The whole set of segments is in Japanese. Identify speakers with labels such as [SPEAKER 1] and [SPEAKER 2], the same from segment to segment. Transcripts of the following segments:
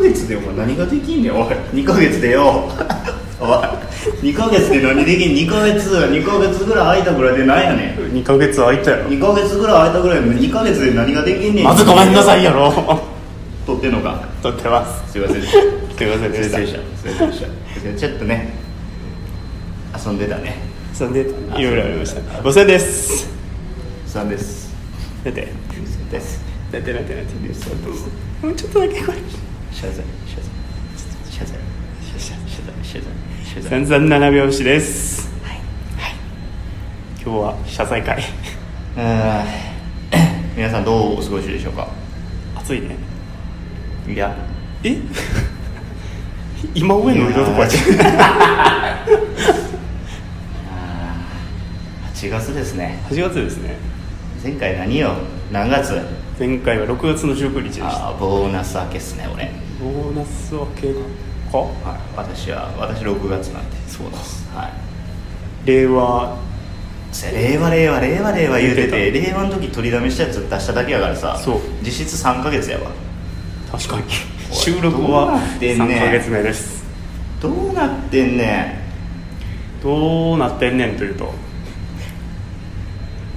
[SPEAKER 1] 月でお前何ができんねんおい2ヶ月でよ おい2ヶ月で何できん2ヶ月2ヶ月ぐらい空いたぐらいでなんやね
[SPEAKER 2] 2ヶ月空いたや
[SPEAKER 1] ん
[SPEAKER 2] ろ
[SPEAKER 1] 2ヶ月ぐらい空いたぐらいの2ヶ月で何ができんねん
[SPEAKER 2] まずごめんなさいやろ
[SPEAKER 1] 撮ってんのか
[SPEAKER 2] 撮ってます
[SPEAKER 1] すいませんでした
[SPEAKER 2] すいませんで
[SPEAKER 1] 失礼し
[SPEAKER 2] し
[SPEAKER 1] ました失礼しましたちょっとね遊んでたね
[SPEAKER 2] たそんでいろいろありましたお世話です
[SPEAKER 1] さんです
[SPEAKER 2] 出て
[SPEAKER 1] です
[SPEAKER 2] 出て出て出て
[SPEAKER 1] です
[SPEAKER 2] もうちょっとだけこれ
[SPEAKER 1] 謝罪謝罪謝罪謝罪謝罪謝罪謝罪
[SPEAKER 2] 散々7拍子ですはい、今日は謝罪会
[SPEAKER 1] あー皆さんどうお過ごしでしょうか
[SPEAKER 2] 暑いね
[SPEAKER 1] いや
[SPEAKER 2] え 今上の色とか
[SPEAKER 1] 8月ですね
[SPEAKER 2] 8月ですね
[SPEAKER 1] 前回何よ何月
[SPEAKER 2] 前回は6月の19日でした
[SPEAKER 1] ああボーナス明けっすね俺
[SPEAKER 2] ボーナス明けか
[SPEAKER 1] はい私は私6月なんでそうですはい
[SPEAKER 2] 令和
[SPEAKER 1] それ令和令和令和令和言うてて
[SPEAKER 2] 言
[SPEAKER 1] 令和の時取りだめしたやつ出しただけやからさ
[SPEAKER 2] そう
[SPEAKER 1] 実質3か月やわ
[SPEAKER 2] 確かに
[SPEAKER 1] おい
[SPEAKER 2] 収録
[SPEAKER 1] どう
[SPEAKER 2] は
[SPEAKER 1] なって
[SPEAKER 2] 3
[SPEAKER 1] んねん
[SPEAKER 2] ヶ月目です
[SPEAKER 1] どうなってんね
[SPEAKER 2] どうなってんねんというと
[SPEAKER 1] ん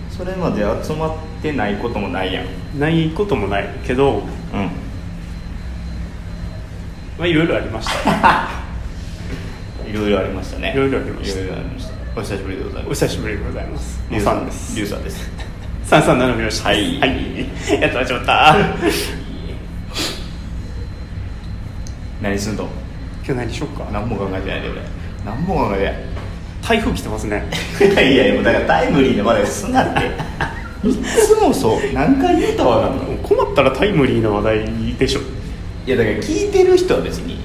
[SPEAKER 1] それまで集まってないこともないやんう
[SPEAKER 2] ないこともないけど
[SPEAKER 1] ん
[SPEAKER 2] まあいろいろありま した
[SPEAKER 1] いろいろありましたね
[SPEAKER 2] いろいろありました
[SPEAKER 1] いろいろありましたお久しぶりでござい
[SPEAKER 2] お
[SPEAKER 1] ます
[SPEAKER 2] 久しぶりでございますもうさんです
[SPEAKER 1] リュウさんです
[SPEAKER 2] 三三七拍子
[SPEAKER 1] はい
[SPEAKER 2] はい やっと始まった 今
[SPEAKER 1] 何すんと
[SPEAKER 2] 日何しよっか
[SPEAKER 1] 何も考えてないで俺何も考え
[SPEAKER 2] 台風来てますね
[SPEAKER 1] てないいやいやもうだからタイムリーな話題すんなっていつもそう何回言うたわなの
[SPEAKER 2] もう困ったらタイムリーな話題でしょ
[SPEAKER 1] いやだから聞いてる人は別に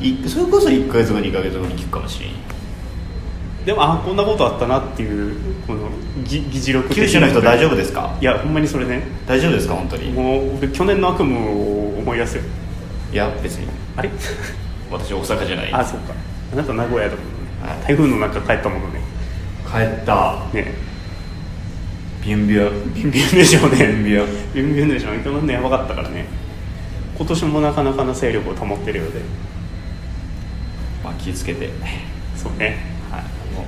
[SPEAKER 1] いそれこそ1か月後2か月後に聞くかもしれん
[SPEAKER 2] でもあこんなことあったなっていうこの議議事録的な
[SPEAKER 1] 九州の人大丈夫ですか
[SPEAKER 2] いやほんまにそれね
[SPEAKER 1] 大丈夫ですか本当に
[SPEAKER 2] もう俺去年の悪夢を思い出すよ
[SPEAKER 1] いや別に
[SPEAKER 2] あれ
[SPEAKER 1] 私大阪じゃない
[SPEAKER 2] あそうかあなた名古屋だもんね
[SPEAKER 1] はい
[SPEAKER 2] 台風の中帰ったものね
[SPEAKER 1] 帰った
[SPEAKER 2] ね
[SPEAKER 1] ビュンビュン
[SPEAKER 2] ビュンビュンでしょうね
[SPEAKER 1] ビュンビュン
[SPEAKER 2] ビュンビュンでしょうね去年やばかったからね今年もなかなかの勢力を保ってるようで
[SPEAKER 1] まあ気をつけて
[SPEAKER 2] そうね
[SPEAKER 1] はいもう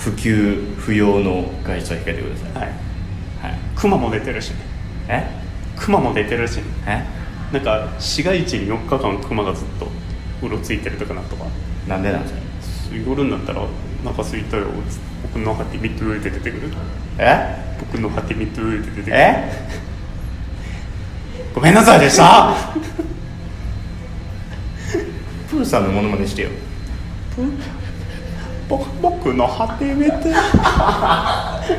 [SPEAKER 1] 不及不要の外出は控えてください
[SPEAKER 2] はい
[SPEAKER 1] はい
[SPEAKER 2] 熊も出てるしね
[SPEAKER 1] え
[SPEAKER 2] 熊も出てるしね
[SPEAKER 1] え
[SPEAKER 2] なんか市街地に4日間熊がずっとうろついてるとかなんとか
[SPEAKER 1] なんでなんですか
[SPEAKER 2] 夜になったら「なんかすいたよつって僕のハティミトゥー」って出てくる
[SPEAKER 1] え
[SPEAKER 2] 僕のハティミトゥーって出てくる
[SPEAKER 1] え
[SPEAKER 2] ごめんなさいでした
[SPEAKER 1] プーさんのモノマネしてよ
[SPEAKER 2] ぼ僕のハティミトゥ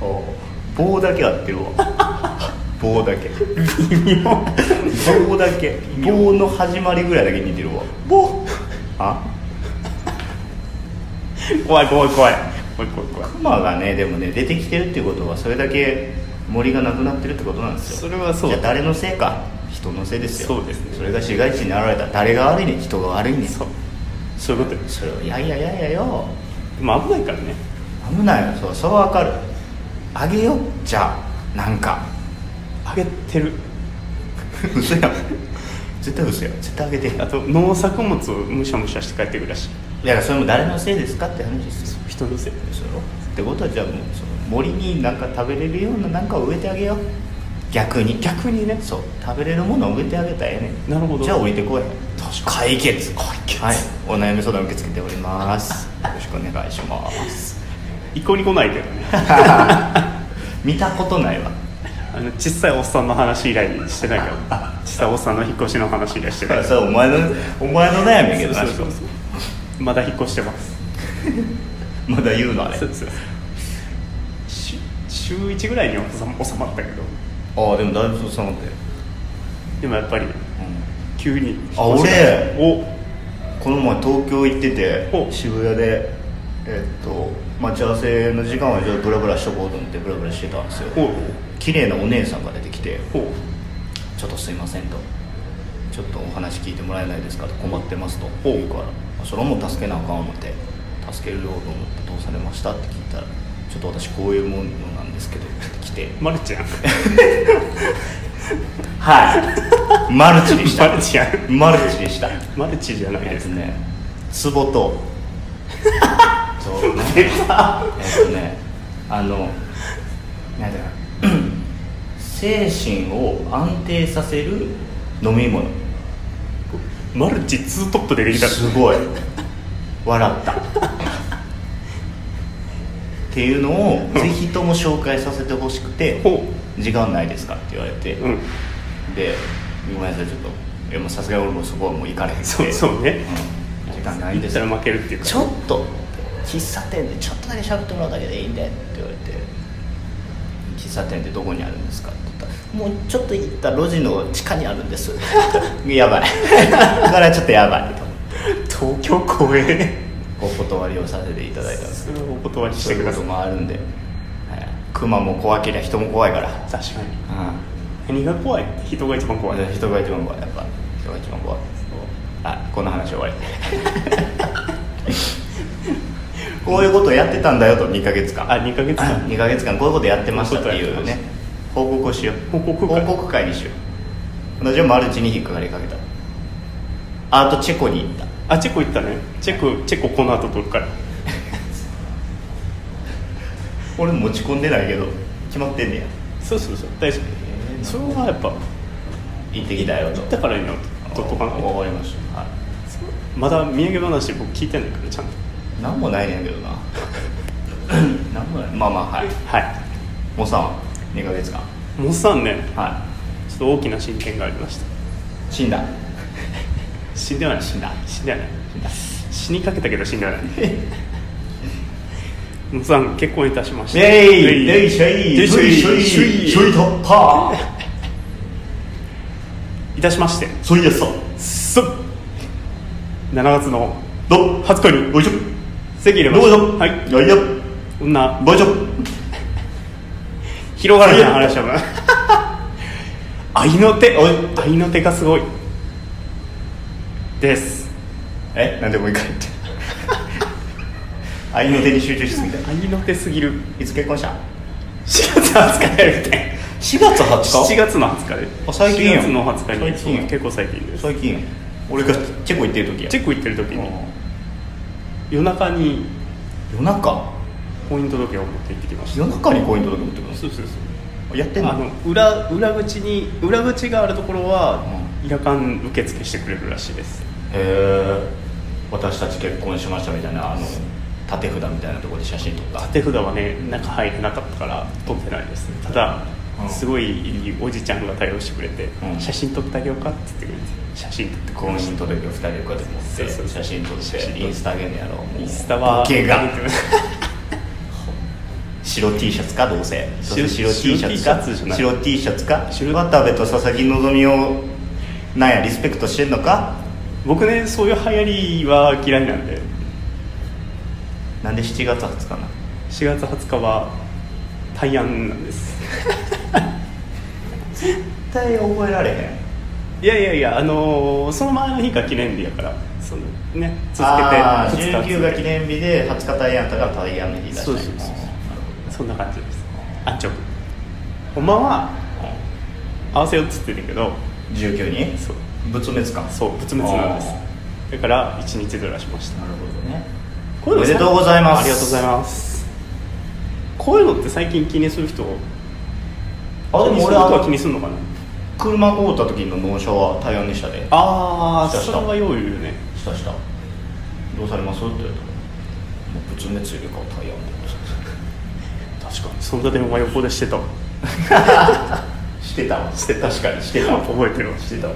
[SPEAKER 2] ー
[SPEAKER 1] 棒だけ合ってるわ 棒だけ棒だけ棒の始まりぐらいだけ似てるわ
[SPEAKER 2] ぼ
[SPEAKER 1] あ
[SPEAKER 2] 怖い怖い怖い怖い怖い怖い
[SPEAKER 1] クマがねでもね出てきてるってことはそれだけ森がなくなってるってことなんですよ
[SPEAKER 2] それはそう
[SPEAKER 1] じゃあ誰のせいか人のせいですよ
[SPEAKER 2] そうですね
[SPEAKER 1] それが市街地に現れたら誰が悪いねん人が悪いねん
[SPEAKER 2] そうそういうことよ
[SPEAKER 1] それをいやいやいやいやよ
[SPEAKER 2] でも危ないからね
[SPEAKER 1] 危ないよそうそうわかるあげよじゃあなんか
[SPEAKER 2] あげてる
[SPEAKER 1] 嘘やん絶対嘘やん絶対あげてる
[SPEAKER 2] あと農作物をむしゃむしゃして帰ってくるらしい
[SPEAKER 1] いやそれも誰のせいですかって話ですよ
[SPEAKER 2] 人のせい
[SPEAKER 1] それをってことはじゃあもうその森になんか食べれるようななんかを植えてあげよう逆に
[SPEAKER 2] 逆にね
[SPEAKER 1] そう食べれるものを植えてあげたらええねん
[SPEAKER 2] なるほど
[SPEAKER 1] じゃあ置いてこい
[SPEAKER 2] 確
[SPEAKER 1] 解決
[SPEAKER 2] 解決
[SPEAKER 1] はいお悩み相談受け付けております よろしくお願いします
[SPEAKER 2] 一向に来ないけどね
[SPEAKER 1] 見たことないわ
[SPEAKER 2] あの小さいおっさんの話以来してないけど小さいおっさんの引っ越しの話以来して
[SPEAKER 1] だか
[SPEAKER 2] な
[SPEAKER 1] ら
[SPEAKER 2] い
[SPEAKER 1] それお前のお前の悩みやけどな
[SPEAKER 2] そうそうそうまだ引っ越してます
[SPEAKER 1] まだ言うのあれ
[SPEAKER 2] そうそうし週1ぐらいには収ま収まったけど
[SPEAKER 1] ああでもだいぶそうさまったよ、
[SPEAKER 2] でもやっぱり
[SPEAKER 1] うん
[SPEAKER 2] 急に
[SPEAKER 1] あ俺
[SPEAKER 2] お
[SPEAKER 1] この前東京行ってて
[SPEAKER 2] お
[SPEAKER 1] 渋谷でえっと待ち合わせの時間はじゃあブラブラしとこうと思ってブラブラしてたんですよ
[SPEAKER 2] お
[SPEAKER 1] 綺麗なお姉さんが出てきて
[SPEAKER 2] お
[SPEAKER 1] ちょっとすいませんとちょっとお話聞いてもらえないですかと困ってますと
[SPEAKER 2] ほう
[SPEAKER 1] 言うからあそれはもう助けなあかん思って助けるようと思ってどうされましたって聞いたらちょっと私こういうものなんですけどって来て
[SPEAKER 2] マルちゃん
[SPEAKER 1] はい マルチでした
[SPEAKER 2] マルチやん
[SPEAKER 1] マルチでした
[SPEAKER 2] マルチじゃない
[SPEAKER 1] え
[SPEAKER 2] で
[SPEAKER 1] っと
[SPEAKER 2] すね
[SPEAKER 1] ね壺とそう ねえっとねあのなんだろう 精神を安定させる飲み物
[SPEAKER 2] マルチツートップでできた
[SPEAKER 1] すごい笑ったっていうのをぜひとも紹介させてほしくて
[SPEAKER 2] ほ
[SPEAKER 1] 「時間ないですか?」って言われて、
[SPEAKER 2] ううん
[SPEAKER 1] で「ごめんなさいちょっといやもうさすがに俺もそこはもう行かれへんって
[SPEAKER 2] そうそうね
[SPEAKER 1] うん時間ない
[SPEAKER 2] 言
[SPEAKER 1] で
[SPEAKER 2] っ
[SPEAKER 1] す
[SPEAKER 2] たら負けるっていうか
[SPEAKER 1] ちょっと喫茶店でちょっとだけ喋ってもらうだけでいいんでって言われて「喫茶店ってどこにあるんですか?」って言ったら「もうちょっと行った路地の地下にあるんです」 やばいだからちょっとやばいと思って
[SPEAKER 2] 東京公園
[SPEAKER 1] お断りをさせていただいたんです
[SPEAKER 2] それをお断りし
[SPEAKER 1] そうい
[SPEAKER 2] てく
[SPEAKER 1] うこ
[SPEAKER 2] ださ
[SPEAKER 1] と
[SPEAKER 2] い
[SPEAKER 1] もあるんで、はい、熊も怖けりゃ人も怖いから、
[SPEAKER 2] 確かに
[SPEAKER 1] う
[SPEAKER 2] 何が怖いって人が一番怖い
[SPEAKER 1] ん、人が一番怖いやっぱ人が一番怖いあこの話終わ りこういうことをやってたんだよと2ヶ月間
[SPEAKER 2] あ2ヶ月間
[SPEAKER 1] 2ヶ月間こういうことやってましたっていうね報告をしよう
[SPEAKER 2] 報告会
[SPEAKER 1] 報告会にしよう私はマルチに引っかかりかけたあとチェコに行った
[SPEAKER 2] あチェコ行ったねチェコチェコこの後取るから
[SPEAKER 1] 俺持ち込んでないけど決まってんねや
[SPEAKER 2] そうそうそう大丈夫それはやっぱ
[SPEAKER 1] 行ってきたよと
[SPEAKER 2] 行ったからいいの取っとかないと
[SPEAKER 1] わかりました、はい
[SPEAKER 2] まだ土産話僕聞いてないからちゃんと
[SPEAKER 1] なんもないねんけどななんもないまあまあはい
[SPEAKER 2] は
[SPEAKER 1] もうさん2ヶ月間
[SPEAKER 2] いモッサンね
[SPEAKER 1] は
[SPEAKER 2] ちょっと大きな進展がありました
[SPEAKER 1] い死んだ
[SPEAKER 2] 死んではない
[SPEAKER 1] 死んだ
[SPEAKER 2] 死んではない死にかけたけど死んではない モッサン結婚いたしました
[SPEAKER 1] えい
[SPEAKER 2] えい
[SPEAKER 1] えいしょい
[SPEAKER 2] えいしょい
[SPEAKER 1] しょい
[SPEAKER 2] しょい
[SPEAKER 1] しょいとっぱー
[SPEAKER 2] いたしまして
[SPEAKER 1] そいやさ
[SPEAKER 2] すっ7月の
[SPEAKER 1] どっ
[SPEAKER 2] 初恋に
[SPEAKER 1] おいしょ
[SPEAKER 2] 席入れま
[SPEAKER 1] どう
[SPEAKER 2] した
[SPEAKER 1] ぞ
[SPEAKER 2] はい
[SPEAKER 1] やいや
[SPEAKER 2] 女
[SPEAKER 1] ばいじょ
[SPEAKER 2] 広がるじゃん話 は愛の手おい愛の手がすごいです
[SPEAKER 1] えなんでもう一回言って 愛の手に集中しすぎた
[SPEAKER 2] 愛の手すぎる
[SPEAKER 1] いつ結婚した
[SPEAKER 2] 4月20日やるって
[SPEAKER 1] 4月
[SPEAKER 2] 7
[SPEAKER 1] 20
[SPEAKER 2] 月の20日で
[SPEAKER 1] あ最近
[SPEAKER 2] 4
[SPEAKER 1] やん
[SPEAKER 2] 月の20日に
[SPEAKER 1] 最近やん
[SPEAKER 2] そう結構最近です
[SPEAKER 1] 最近俺がチェコ行ってる時や
[SPEAKER 2] チェコ行ってる
[SPEAKER 1] う
[SPEAKER 2] 時
[SPEAKER 1] ん
[SPEAKER 2] に夜中に
[SPEAKER 1] 夜中
[SPEAKER 2] 婚姻届を持って行ってきました
[SPEAKER 1] 夜中に婚姻届持ってくるんです
[SPEAKER 2] そうそうそう
[SPEAKER 1] やってん
[SPEAKER 2] あ
[SPEAKER 1] の
[SPEAKER 2] の裏裏口に裏口があるところは夜間受付してくれるらしいです
[SPEAKER 1] へえ私たち結婚しましたみたいなあの縦札みたいなところで写真撮った
[SPEAKER 2] 手札はね中入れなかったから撮ってないですねただ、
[SPEAKER 1] うん
[SPEAKER 2] すごいいいおじちゃんが対応してくれて、
[SPEAKER 1] うん
[SPEAKER 2] 写真撮ってあげようかって言ってくれて写真撮ってくれ
[SPEAKER 1] 婚
[SPEAKER 2] まし
[SPEAKER 1] 姻届を2人でこうやって持
[SPEAKER 2] そう
[SPEAKER 1] っ
[SPEAKER 2] そう
[SPEAKER 1] て写真撮
[SPEAKER 2] 写真撮っ
[SPEAKER 1] っててインスタあげんのやろ
[SPEAKER 2] た
[SPEAKER 1] う
[SPEAKER 2] インスタは
[SPEAKER 1] ボケが白 T シャツかどうせ
[SPEAKER 2] 白
[SPEAKER 1] 白 T シャツか
[SPEAKER 2] 白 T シャツじゃない
[SPEAKER 1] 白 T シャツか
[SPEAKER 2] 白
[SPEAKER 1] 渡部と佐々木希をなんやリスペクトしてんのか
[SPEAKER 2] 僕ねそういう流行りは嫌いなんで
[SPEAKER 1] なんで7月20日な
[SPEAKER 2] 4月20日は大安なんです
[SPEAKER 1] 絶対覚えられへん
[SPEAKER 2] いやいやいやあのーその前の日が記念日やからそのね続
[SPEAKER 1] あ
[SPEAKER 2] けて
[SPEAKER 1] ー
[SPEAKER 2] 2日
[SPEAKER 1] 19が記念日で20日大安だから大安の日だし
[SPEAKER 2] そうそうそうそんな感じです安直ほんまは合わせようっつってるけど
[SPEAKER 1] 19に
[SPEAKER 2] そう
[SPEAKER 1] 仏滅か
[SPEAKER 2] そう仏滅なんです
[SPEAKER 1] あ
[SPEAKER 2] だから一日ずらしました
[SPEAKER 1] ーなるほどね
[SPEAKER 2] こいの
[SPEAKER 1] おめでとうございます
[SPEAKER 2] ありがとうございますこういうのって最近気にする人
[SPEAKER 1] あでも俺
[SPEAKER 2] 気にする人は気
[SPEAKER 1] は
[SPEAKER 2] にするのかな
[SPEAKER 1] 車買うた時の納車は対応にしたで
[SPEAKER 2] ああ
[SPEAKER 1] したし
[SPEAKER 2] そ
[SPEAKER 1] た
[SPEAKER 2] れはよう言うよね
[SPEAKER 1] したしたどうされますって言われたらもう仏滅よりかは対応
[SPEAKER 2] 確かにそんな電話横でしてた
[SPEAKER 1] してたわして確かにしてたわ
[SPEAKER 2] 覚えてるわ
[SPEAKER 1] してたわ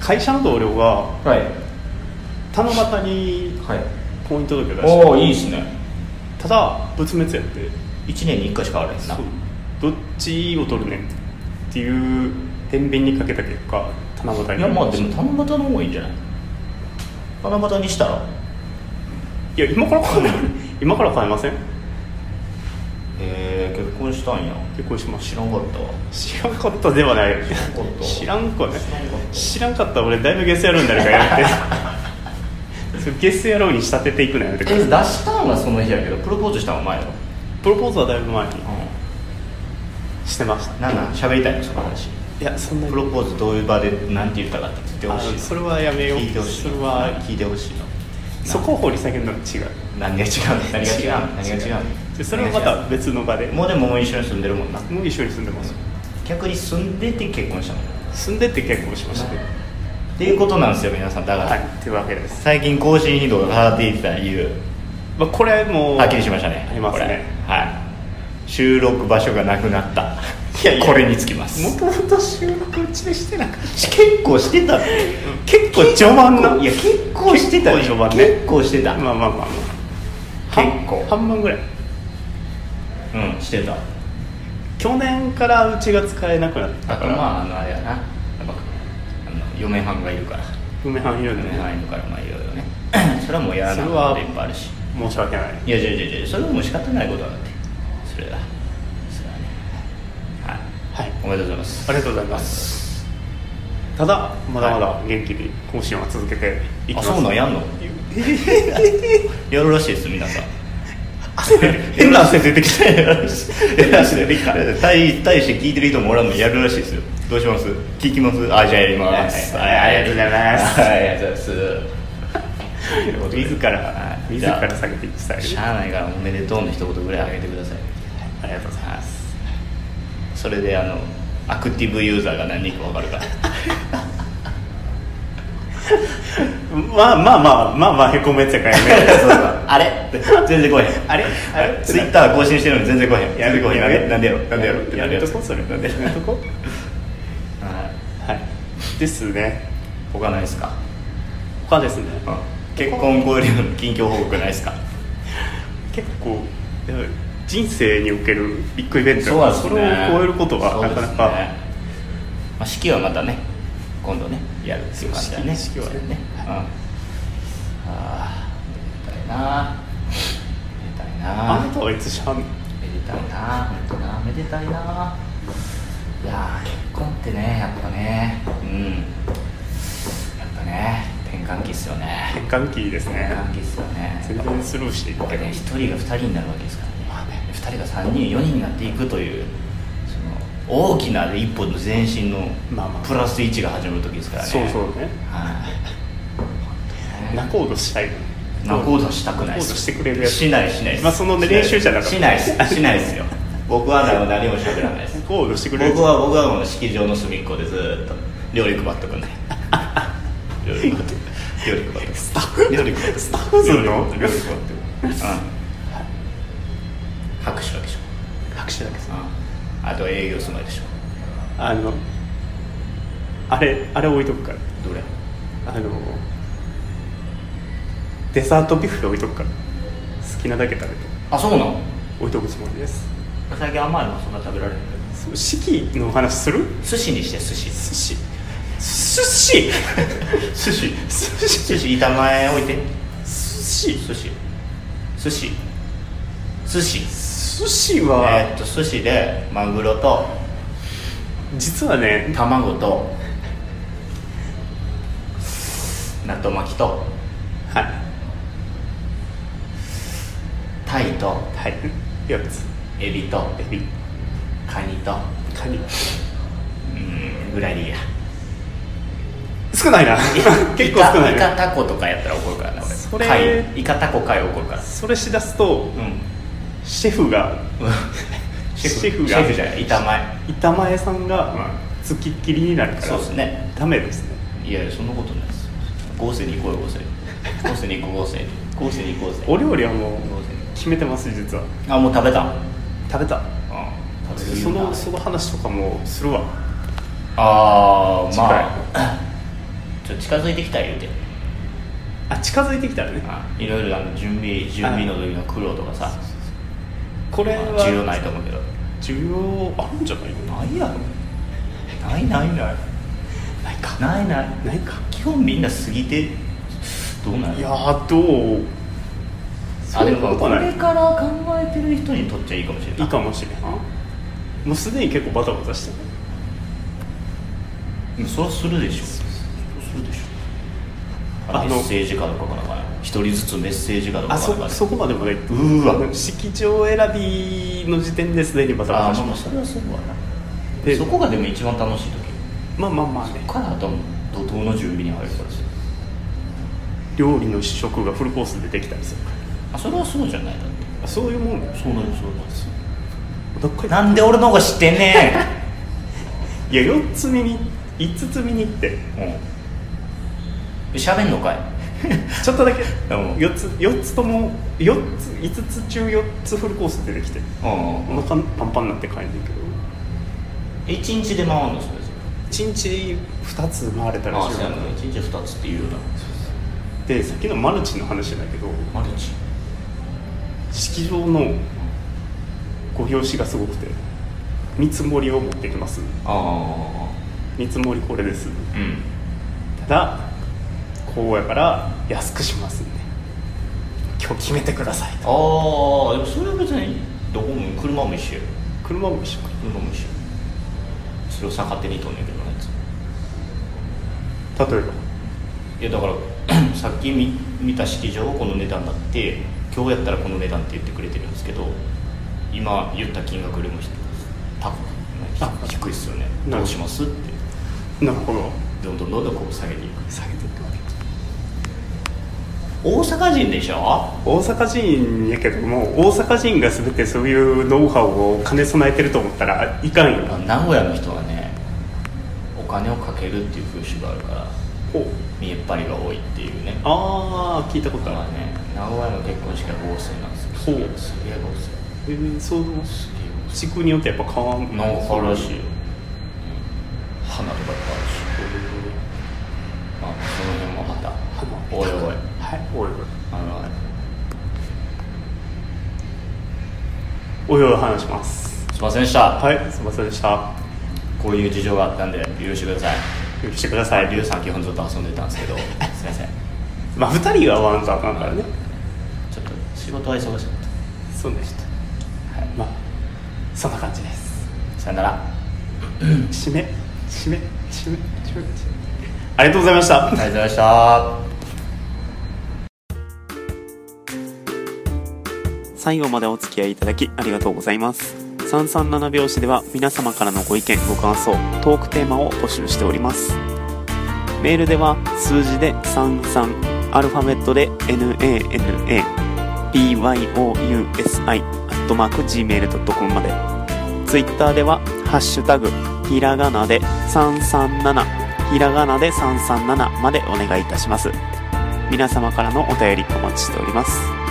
[SPEAKER 2] 会社の同僚が
[SPEAKER 1] はい
[SPEAKER 2] 七夕に
[SPEAKER 1] はい
[SPEAKER 2] 婚姻届を出して
[SPEAKER 1] おおいいっすね
[SPEAKER 2] ただ仏滅やって
[SPEAKER 1] 1年に1回しかあれへんな
[SPEAKER 2] そうどっちを取るねんっていう天秤にかけた結果七夕に
[SPEAKER 1] いやまあでも七夕の方がいいんじゃない七夕にしたら
[SPEAKER 2] いや今から買えない今から買えません
[SPEAKER 1] えー、結婚したんや
[SPEAKER 2] 結婚しま
[SPEAKER 1] 知
[SPEAKER 2] し
[SPEAKER 1] らんかったわ
[SPEAKER 2] 知らんかったではない知
[SPEAKER 1] 知
[SPEAKER 2] ら
[SPEAKER 1] ら
[SPEAKER 2] んかね知
[SPEAKER 1] 知
[SPEAKER 2] らんかった俺だいぶゲス野郎になるからやめて それゲス野郎に仕立てていくのやめてくだ
[SPEAKER 1] え出
[SPEAKER 2] さい
[SPEAKER 1] したんはその日やけどプロポーズしたんは前よ、
[SPEAKER 2] プロポーズはだいぶ前に
[SPEAKER 1] う
[SPEAKER 2] してました
[SPEAKER 1] ん、なんなん喋りたいのその話
[SPEAKER 2] いやそんな
[SPEAKER 1] プロポーズどういう場でなんて言ったかって聞いてほしいの
[SPEAKER 2] あそれはやめよう
[SPEAKER 1] 聞いてほしい
[SPEAKER 2] それは
[SPEAKER 1] 聞いてほしいの
[SPEAKER 2] そこを掘り下げるのが違う
[SPEAKER 1] 何が違うの何が違うの何が違うの
[SPEAKER 2] でそれはまた別の場でも
[SPEAKER 1] もうでももう一緒に住んでるもんな
[SPEAKER 2] う一緒に住んでます
[SPEAKER 1] 逆に住んでて結婚したもんっ
[SPEAKER 2] 住んでって結婚しましたね
[SPEAKER 1] ていうことなんですよ皆さんだから、
[SPEAKER 2] はいっていうわけです、
[SPEAKER 1] 最近更新頻度が上がっていった理由
[SPEAKER 2] まあ、これも
[SPEAKER 1] はっきりしましたね
[SPEAKER 2] ありますね
[SPEAKER 1] これはい収録場所がなくなった
[SPEAKER 2] いやいや
[SPEAKER 1] これにつきます
[SPEAKER 2] もともと収録うちでしてなかった
[SPEAKER 1] 結構してたって
[SPEAKER 2] 結構序盤ない
[SPEAKER 1] や結構してたね
[SPEAKER 2] 結構序盤ね
[SPEAKER 1] 結構してた、
[SPEAKER 2] まあまあまあ、まあ、
[SPEAKER 1] 結構
[SPEAKER 2] 半半分ぐらい
[SPEAKER 1] うんしてた
[SPEAKER 2] 去年からうちが使えなくなった
[SPEAKER 1] あ
[SPEAKER 2] か
[SPEAKER 1] と
[SPEAKER 2] ら、
[SPEAKER 1] まああのあれやなやっぱあの嫁はんがいるから
[SPEAKER 2] 梅半いるんで
[SPEAKER 1] 嫁はんいるからまあいろいろね それはもうやらない
[SPEAKER 2] そ
[SPEAKER 1] こ
[SPEAKER 2] れは
[SPEAKER 1] といっぱいあるし
[SPEAKER 2] 申し訳ない
[SPEAKER 1] いやいやいやいやそれはもう仕方ないことなんだってそれだそれはねはい
[SPEAKER 2] はい
[SPEAKER 1] おめでとうございます
[SPEAKER 2] ありがとうございますただまだまだ元気に更新は続けていき
[SPEAKER 1] あ
[SPEAKER 2] ます
[SPEAKER 1] そうなんやんのやるらしいです皆さん
[SPEAKER 2] 変な汗出 てきた
[SPEAKER 1] やるらしいやるらしいで大大して聞いてる人もおらんのにやるらしいですよどうします聞きますあじゃあやります
[SPEAKER 2] はいありがとうございます
[SPEAKER 1] はいありがとうございます
[SPEAKER 2] 自ら自ら下げていくスタイル
[SPEAKER 1] しゃあないからおめでとうの一言ぐらいあげてください
[SPEAKER 2] ありがとうございます
[SPEAKER 1] それであのアクティブユーザーが何人か分かるから
[SPEAKER 2] まあまあまあまあまあへこめちゃかや めよう
[SPEAKER 1] あれ全然来へん
[SPEAKER 2] あれあれ
[SPEAKER 1] ツイッター更新してるのに全然来へん
[SPEAKER 2] やめ
[SPEAKER 1] 全然来へん
[SPEAKER 2] やめ
[SPEAKER 1] なんでやろなんでやろってな
[SPEAKER 2] や
[SPEAKER 1] る
[SPEAKER 2] め
[SPEAKER 1] や
[SPEAKER 2] と
[SPEAKER 1] つ
[SPEAKER 2] こそれやめとこ
[SPEAKER 1] はい
[SPEAKER 2] はいですね
[SPEAKER 1] 他ないですか
[SPEAKER 2] 他ですね
[SPEAKER 1] 結婚交流の近況報告ないですか
[SPEAKER 2] 結構やっぱり人生におけるビッグイベントそれを超えることはなか
[SPEAKER 1] そうで
[SPEAKER 2] なか、
[SPEAKER 1] すねまあ、式はまたね今度ねやるっていう感じだね
[SPEAKER 2] そう式式はね
[SPEAKER 1] うん、ああーめでたいなめでたいな
[SPEAKER 2] あなたはいつしゃん
[SPEAKER 1] めでたいな本当なめでたいないやー結婚ってねやっぱねうんやっぱね転換期っすよね
[SPEAKER 2] 転換期ですね
[SPEAKER 1] 転換期っすよね
[SPEAKER 2] 全然スルーしていっ
[SPEAKER 1] やっぱ
[SPEAKER 2] て
[SPEAKER 1] ね一人が二人になるわけですからね二人が三人四人になっていくというその大きな一歩の前進の
[SPEAKER 2] まあまあ
[SPEAKER 1] プラス1が始まる時ですからね
[SPEAKER 2] そうそうね
[SPEAKER 1] はい
[SPEAKER 2] 仲人したい
[SPEAKER 1] 仲人したくない
[SPEAKER 2] 仲
[SPEAKER 1] っ
[SPEAKER 2] 人
[SPEAKER 1] す
[SPEAKER 2] してくれるやつ
[SPEAKER 1] しないしないっす
[SPEAKER 2] まあそのね
[SPEAKER 1] しない
[SPEAKER 2] 練習じゃなかった
[SPEAKER 1] しないっすしないですよ僕は何も何も喋らないです
[SPEAKER 2] 仲人してくれるやつ
[SPEAKER 1] 僕は僕はもう式場の隅っこでずーっと料理配っと くんで料理配っとく料理配っとく
[SPEAKER 2] スタッフ
[SPEAKER 1] 料理配っとく
[SPEAKER 2] スタッフする
[SPEAKER 1] 料
[SPEAKER 2] の
[SPEAKER 1] 理配っとくうん拍手だけでしょ
[SPEAKER 2] 拍手だけさ
[SPEAKER 1] うんあとは営業するまでしょ
[SPEAKER 2] あのあれあれ置いとくから
[SPEAKER 1] どれ
[SPEAKER 2] あのデザートビュッフェ置いとくから好きなだけ食べて
[SPEAKER 1] あそうなの
[SPEAKER 2] 置いとくつもりです
[SPEAKER 1] 最近甘いのそんな食べられる
[SPEAKER 2] そう四季のお話する
[SPEAKER 1] 寿司にして寿司
[SPEAKER 2] 寿司寿
[SPEAKER 1] 寿
[SPEAKER 2] 司
[SPEAKER 1] 司
[SPEAKER 2] 寿司
[SPEAKER 1] 寿司板前置いて
[SPEAKER 2] 寿司
[SPEAKER 1] 寿司寿司寿司
[SPEAKER 2] 寿司は、
[SPEAKER 1] えーっと寿司でマグロと
[SPEAKER 2] 実はね
[SPEAKER 1] 卵と納豆巻きと
[SPEAKER 2] はい
[SPEAKER 1] タイと
[SPEAKER 2] はいやつ
[SPEAKER 1] エビと
[SPEAKER 2] エビ
[SPEAKER 1] カニと
[SPEAKER 2] カニ
[SPEAKER 1] うーんぐらいでいいや
[SPEAKER 2] 少ないな 結構少な
[SPEAKER 1] イ
[SPEAKER 2] い
[SPEAKER 1] カイ
[SPEAKER 2] な
[SPEAKER 1] カタコとかやったら怒るからな俺
[SPEAKER 2] それ
[SPEAKER 1] 貝イカタコ貝怒るから
[SPEAKER 2] それしだすと
[SPEAKER 1] うん
[SPEAKER 2] シェフが シェフ
[SPEAKER 1] シ
[SPEAKER 2] が
[SPEAKER 1] ェフじゃない板前
[SPEAKER 2] 板前さんが付きっきりになるから
[SPEAKER 1] そうですね
[SPEAKER 2] ダメですね
[SPEAKER 1] いやいやそんなことないです合成に行こうよ合 成合成に行こう合成に合成に行こう合成
[SPEAKER 2] お料理はもう
[SPEAKER 1] 合成に
[SPEAKER 2] 決めてます実は
[SPEAKER 1] あもう食べた
[SPEAKER 2] 食べた
[SPEAKER 1] うん食べる
[SPEAKER 2] そのその話とかもするわ
[SPEAKER 1] ああまあ ちょっと近づいてきた言うて
[SPEAKER 2] あ近づいてきたらね
[SPEAKER 1] いろいろあの準備準備の時の苦労とかさ
[SPEAKER 2] これ
[SPEAKER 1] まあ重要な
[SPEAKER 2] はい
[SPEAKER 1] と思うけど
[SPEAKER 2] 需要あるんじゃないの
[SPEAKER 1] ないやろないないない
[SPEAKER 2] ないか
[SPEAKER 1] ないない
[SPEAKER 2] ないか
[SPEAKER 1] 基本みんな過ぎてどうなん
[SPEAKER 2] い
[SPEAKER 1] や
[SPEAKER 2] や
[SPEAKER 1] ろ
[SPEAKER 2] ーどう
[SPEAKER 1] あでも
[SPEAKER 2] そ
[SPEAKER 1] こ
[SPEAKER 2] んなことない
[SPEAKER 1] れから考えてる人にとっちゃいいかもしれない
[SPEAKER 2] いいかもしれんもうすでに結構バタバタしてる
[SPEAKER 1] うんそれはするでしょそうするでしょあ
[SPEAKER 2] あの
[SPEAKER 1] メッセージカード書かなあかんよ一人ずつメッセージカード
[SPEAKER 2] あ
[SPEAKER 1] 書
[SPEAKER 2] そ
[SPEAKER 1] かなあかんよ
[SPEAKER 2] そこまでもないう
[SPEAKER 1] ーわ
[SPEAKER 2] 式場選びの時点ですでにバタバ
[SPEAKER 1] あ
[SPEAKER 2] タ
[SPEAKER 1] ー
[SPEAKER 2] し
[SPEAKER 1] まあ
[SPEAKER 2] て
[SPEAKER 1] ま
[SPEAKER 2] ま
[SPEAKER 1] あ
[SPEAKER 2] す
[SPEAKER 1] それはそうだな
[SPEAKER 2] で
[SPEAKER 1] そこがでも一番楽しい時
[SPEAKER 2] まあまあまあね
[SPEAKER 1] から多分怒涛の準備に入るからですよ
[SPEAKER 2] 料理の試食がフルコースでできたりするか
[SPEAKER 1] あそれはそうじゃないだって
[SPEAKER 2] らそういうもんだよ
[SPEAKER 1] そうなんですそうなんです
[SPEAKER 2] どっか
[SPEAKER 1] な
[SPEAKER 2] に
[SPEAKER 1] んで俺の方が知ってんね
[SPEAKER 2] いや4つ目に5つ目にって
[SPEAKER 1] んうん喋んのかい
[SPEAKER 2] ちょっとだ け
[SPEAKER 1] ん
[SPEAKER 2] 4つ四つとも四つ5つ中4つフルコースでできて
[SPEAKER 1] うん
[SPEAKER 2] お腹パンパンになって帰るんだけど
[SPEAKER 1] 1日で回るのそれぞ
[SPEAKER 2] 1日2つ回れた
[SPEAKER 1] れ
[SPEAKER 2] らしい
[SPEAKER 1] そうや
[SPEAKER 2] よ
[SPEAKER 1] な1日2つっていうような
[SPEAKER 2] でさっきのマルチの話だけど
[SPEAKER 1] マルチ
[SPEAKER 2] 式場のご表紙がすごくて見積もりを持ってきます
[SPEAKER 1] あ
[SPEAKER 2] 見積もりこれです
[SPEAKER 1] あうん
[SPEAKER 2] ただこうやから安くしますんで今日決めてくださいと
[SPEAKER 1] ああでもそれは別にどこも車も一緒よ
[SPEAKER 2] 車も一緒か
[SPEAKER 1] 車も一緒それを逆手に取んねんけどなあいつ
[SPEAKER 2] 例えば
[SPEAKER 1] いやだからさっき見見た式場をこの値段になって今日やったらこの値段って言ってくれてるんですけど今言った金額よりも低い多分
[SPEAKER 2] あ
[SPEAKER 1] 低いっすよね
[SPEAKER 2] な
[SPEAKER 1] ど
[SPEAKER 2] るほど
[SPEAKER 1] うしますって
[SPEAKER 2] なるほど
[SPEAKER 1] どんどんどんどんこう下げていく
[SPEAKER 2] 下げていくわけ
[SPEAKER 1] 大阪人でしょ
[SPEAKER 2] 大阪人やけども大阪人が全てそういうノウハウを兼ね備えてると思ったらいかんよな
[SPEAKER 1] 名古屋の人はねお金をかけるっていう風習があるから見えっ張りが多いっていうね
[SPEAKER 2] ああ聞いたこ
[SPEAKER 1] だ
[SPEAKER 2] と
[SPEAKER 1] から
[SPEAKER 2] あるね、
[SPEAKER 1] ね名古屋の結婚式は合成なんですよ
[SPEAKER 2] ほう
[SPEAKER 1] すげえ合成
[SPEAKER 2] えー、そう
[SPEAKER 1] すげえ合成
[SPEAKER 2] 地区によってやっぱ変わん
[SPEAKER 1] なんかあるらしいよ、うん、花とかいっぱいあるしまあその辺もまた
[SPEAKER 2] 花
[SPEAKER 1] おいおい
[SPEAKER 2] はいおい
[SPEAKER 1] あの
[SPEAKER 2] おいおいおいおい話します
[SPEAKER 1] すいませんでした、
[SPEAKER 2] はいすいませんでした
[SPEAKER 1] こういう事情があったんで許してください
[SPEAKER 2] 許してください
[SPEAKER 1] リュウさん基本ずっと遊んでたんですけどすいません
[SPEAKER 2] まあ2人がワンとあかんからね
[SPEAKER 1] ちょっと仕事は忙しかっ
[SPEAKER 2] そうでした
[SPEAKER 1] た、はい、
[SPEAKER 2] まあそんな感じです
[SPEAKER 1] さよなら
[SPEAKER 2] 締め締め締め締め締めありがとうございました
[SPEAKER 1] ありがとうございました
[SPEAKER 2] 最後までお付き合いいただきありがとうございます337拍子では皆様からのご意見ご感想トークテーマを募集しておりますメールでは数字で33アルファベットで nanabyousi.gmail.com まで Twitter では「ハッシュタグひらがなで337」ひらがなで337までお願いいたします皆様からのお便りお待ちしております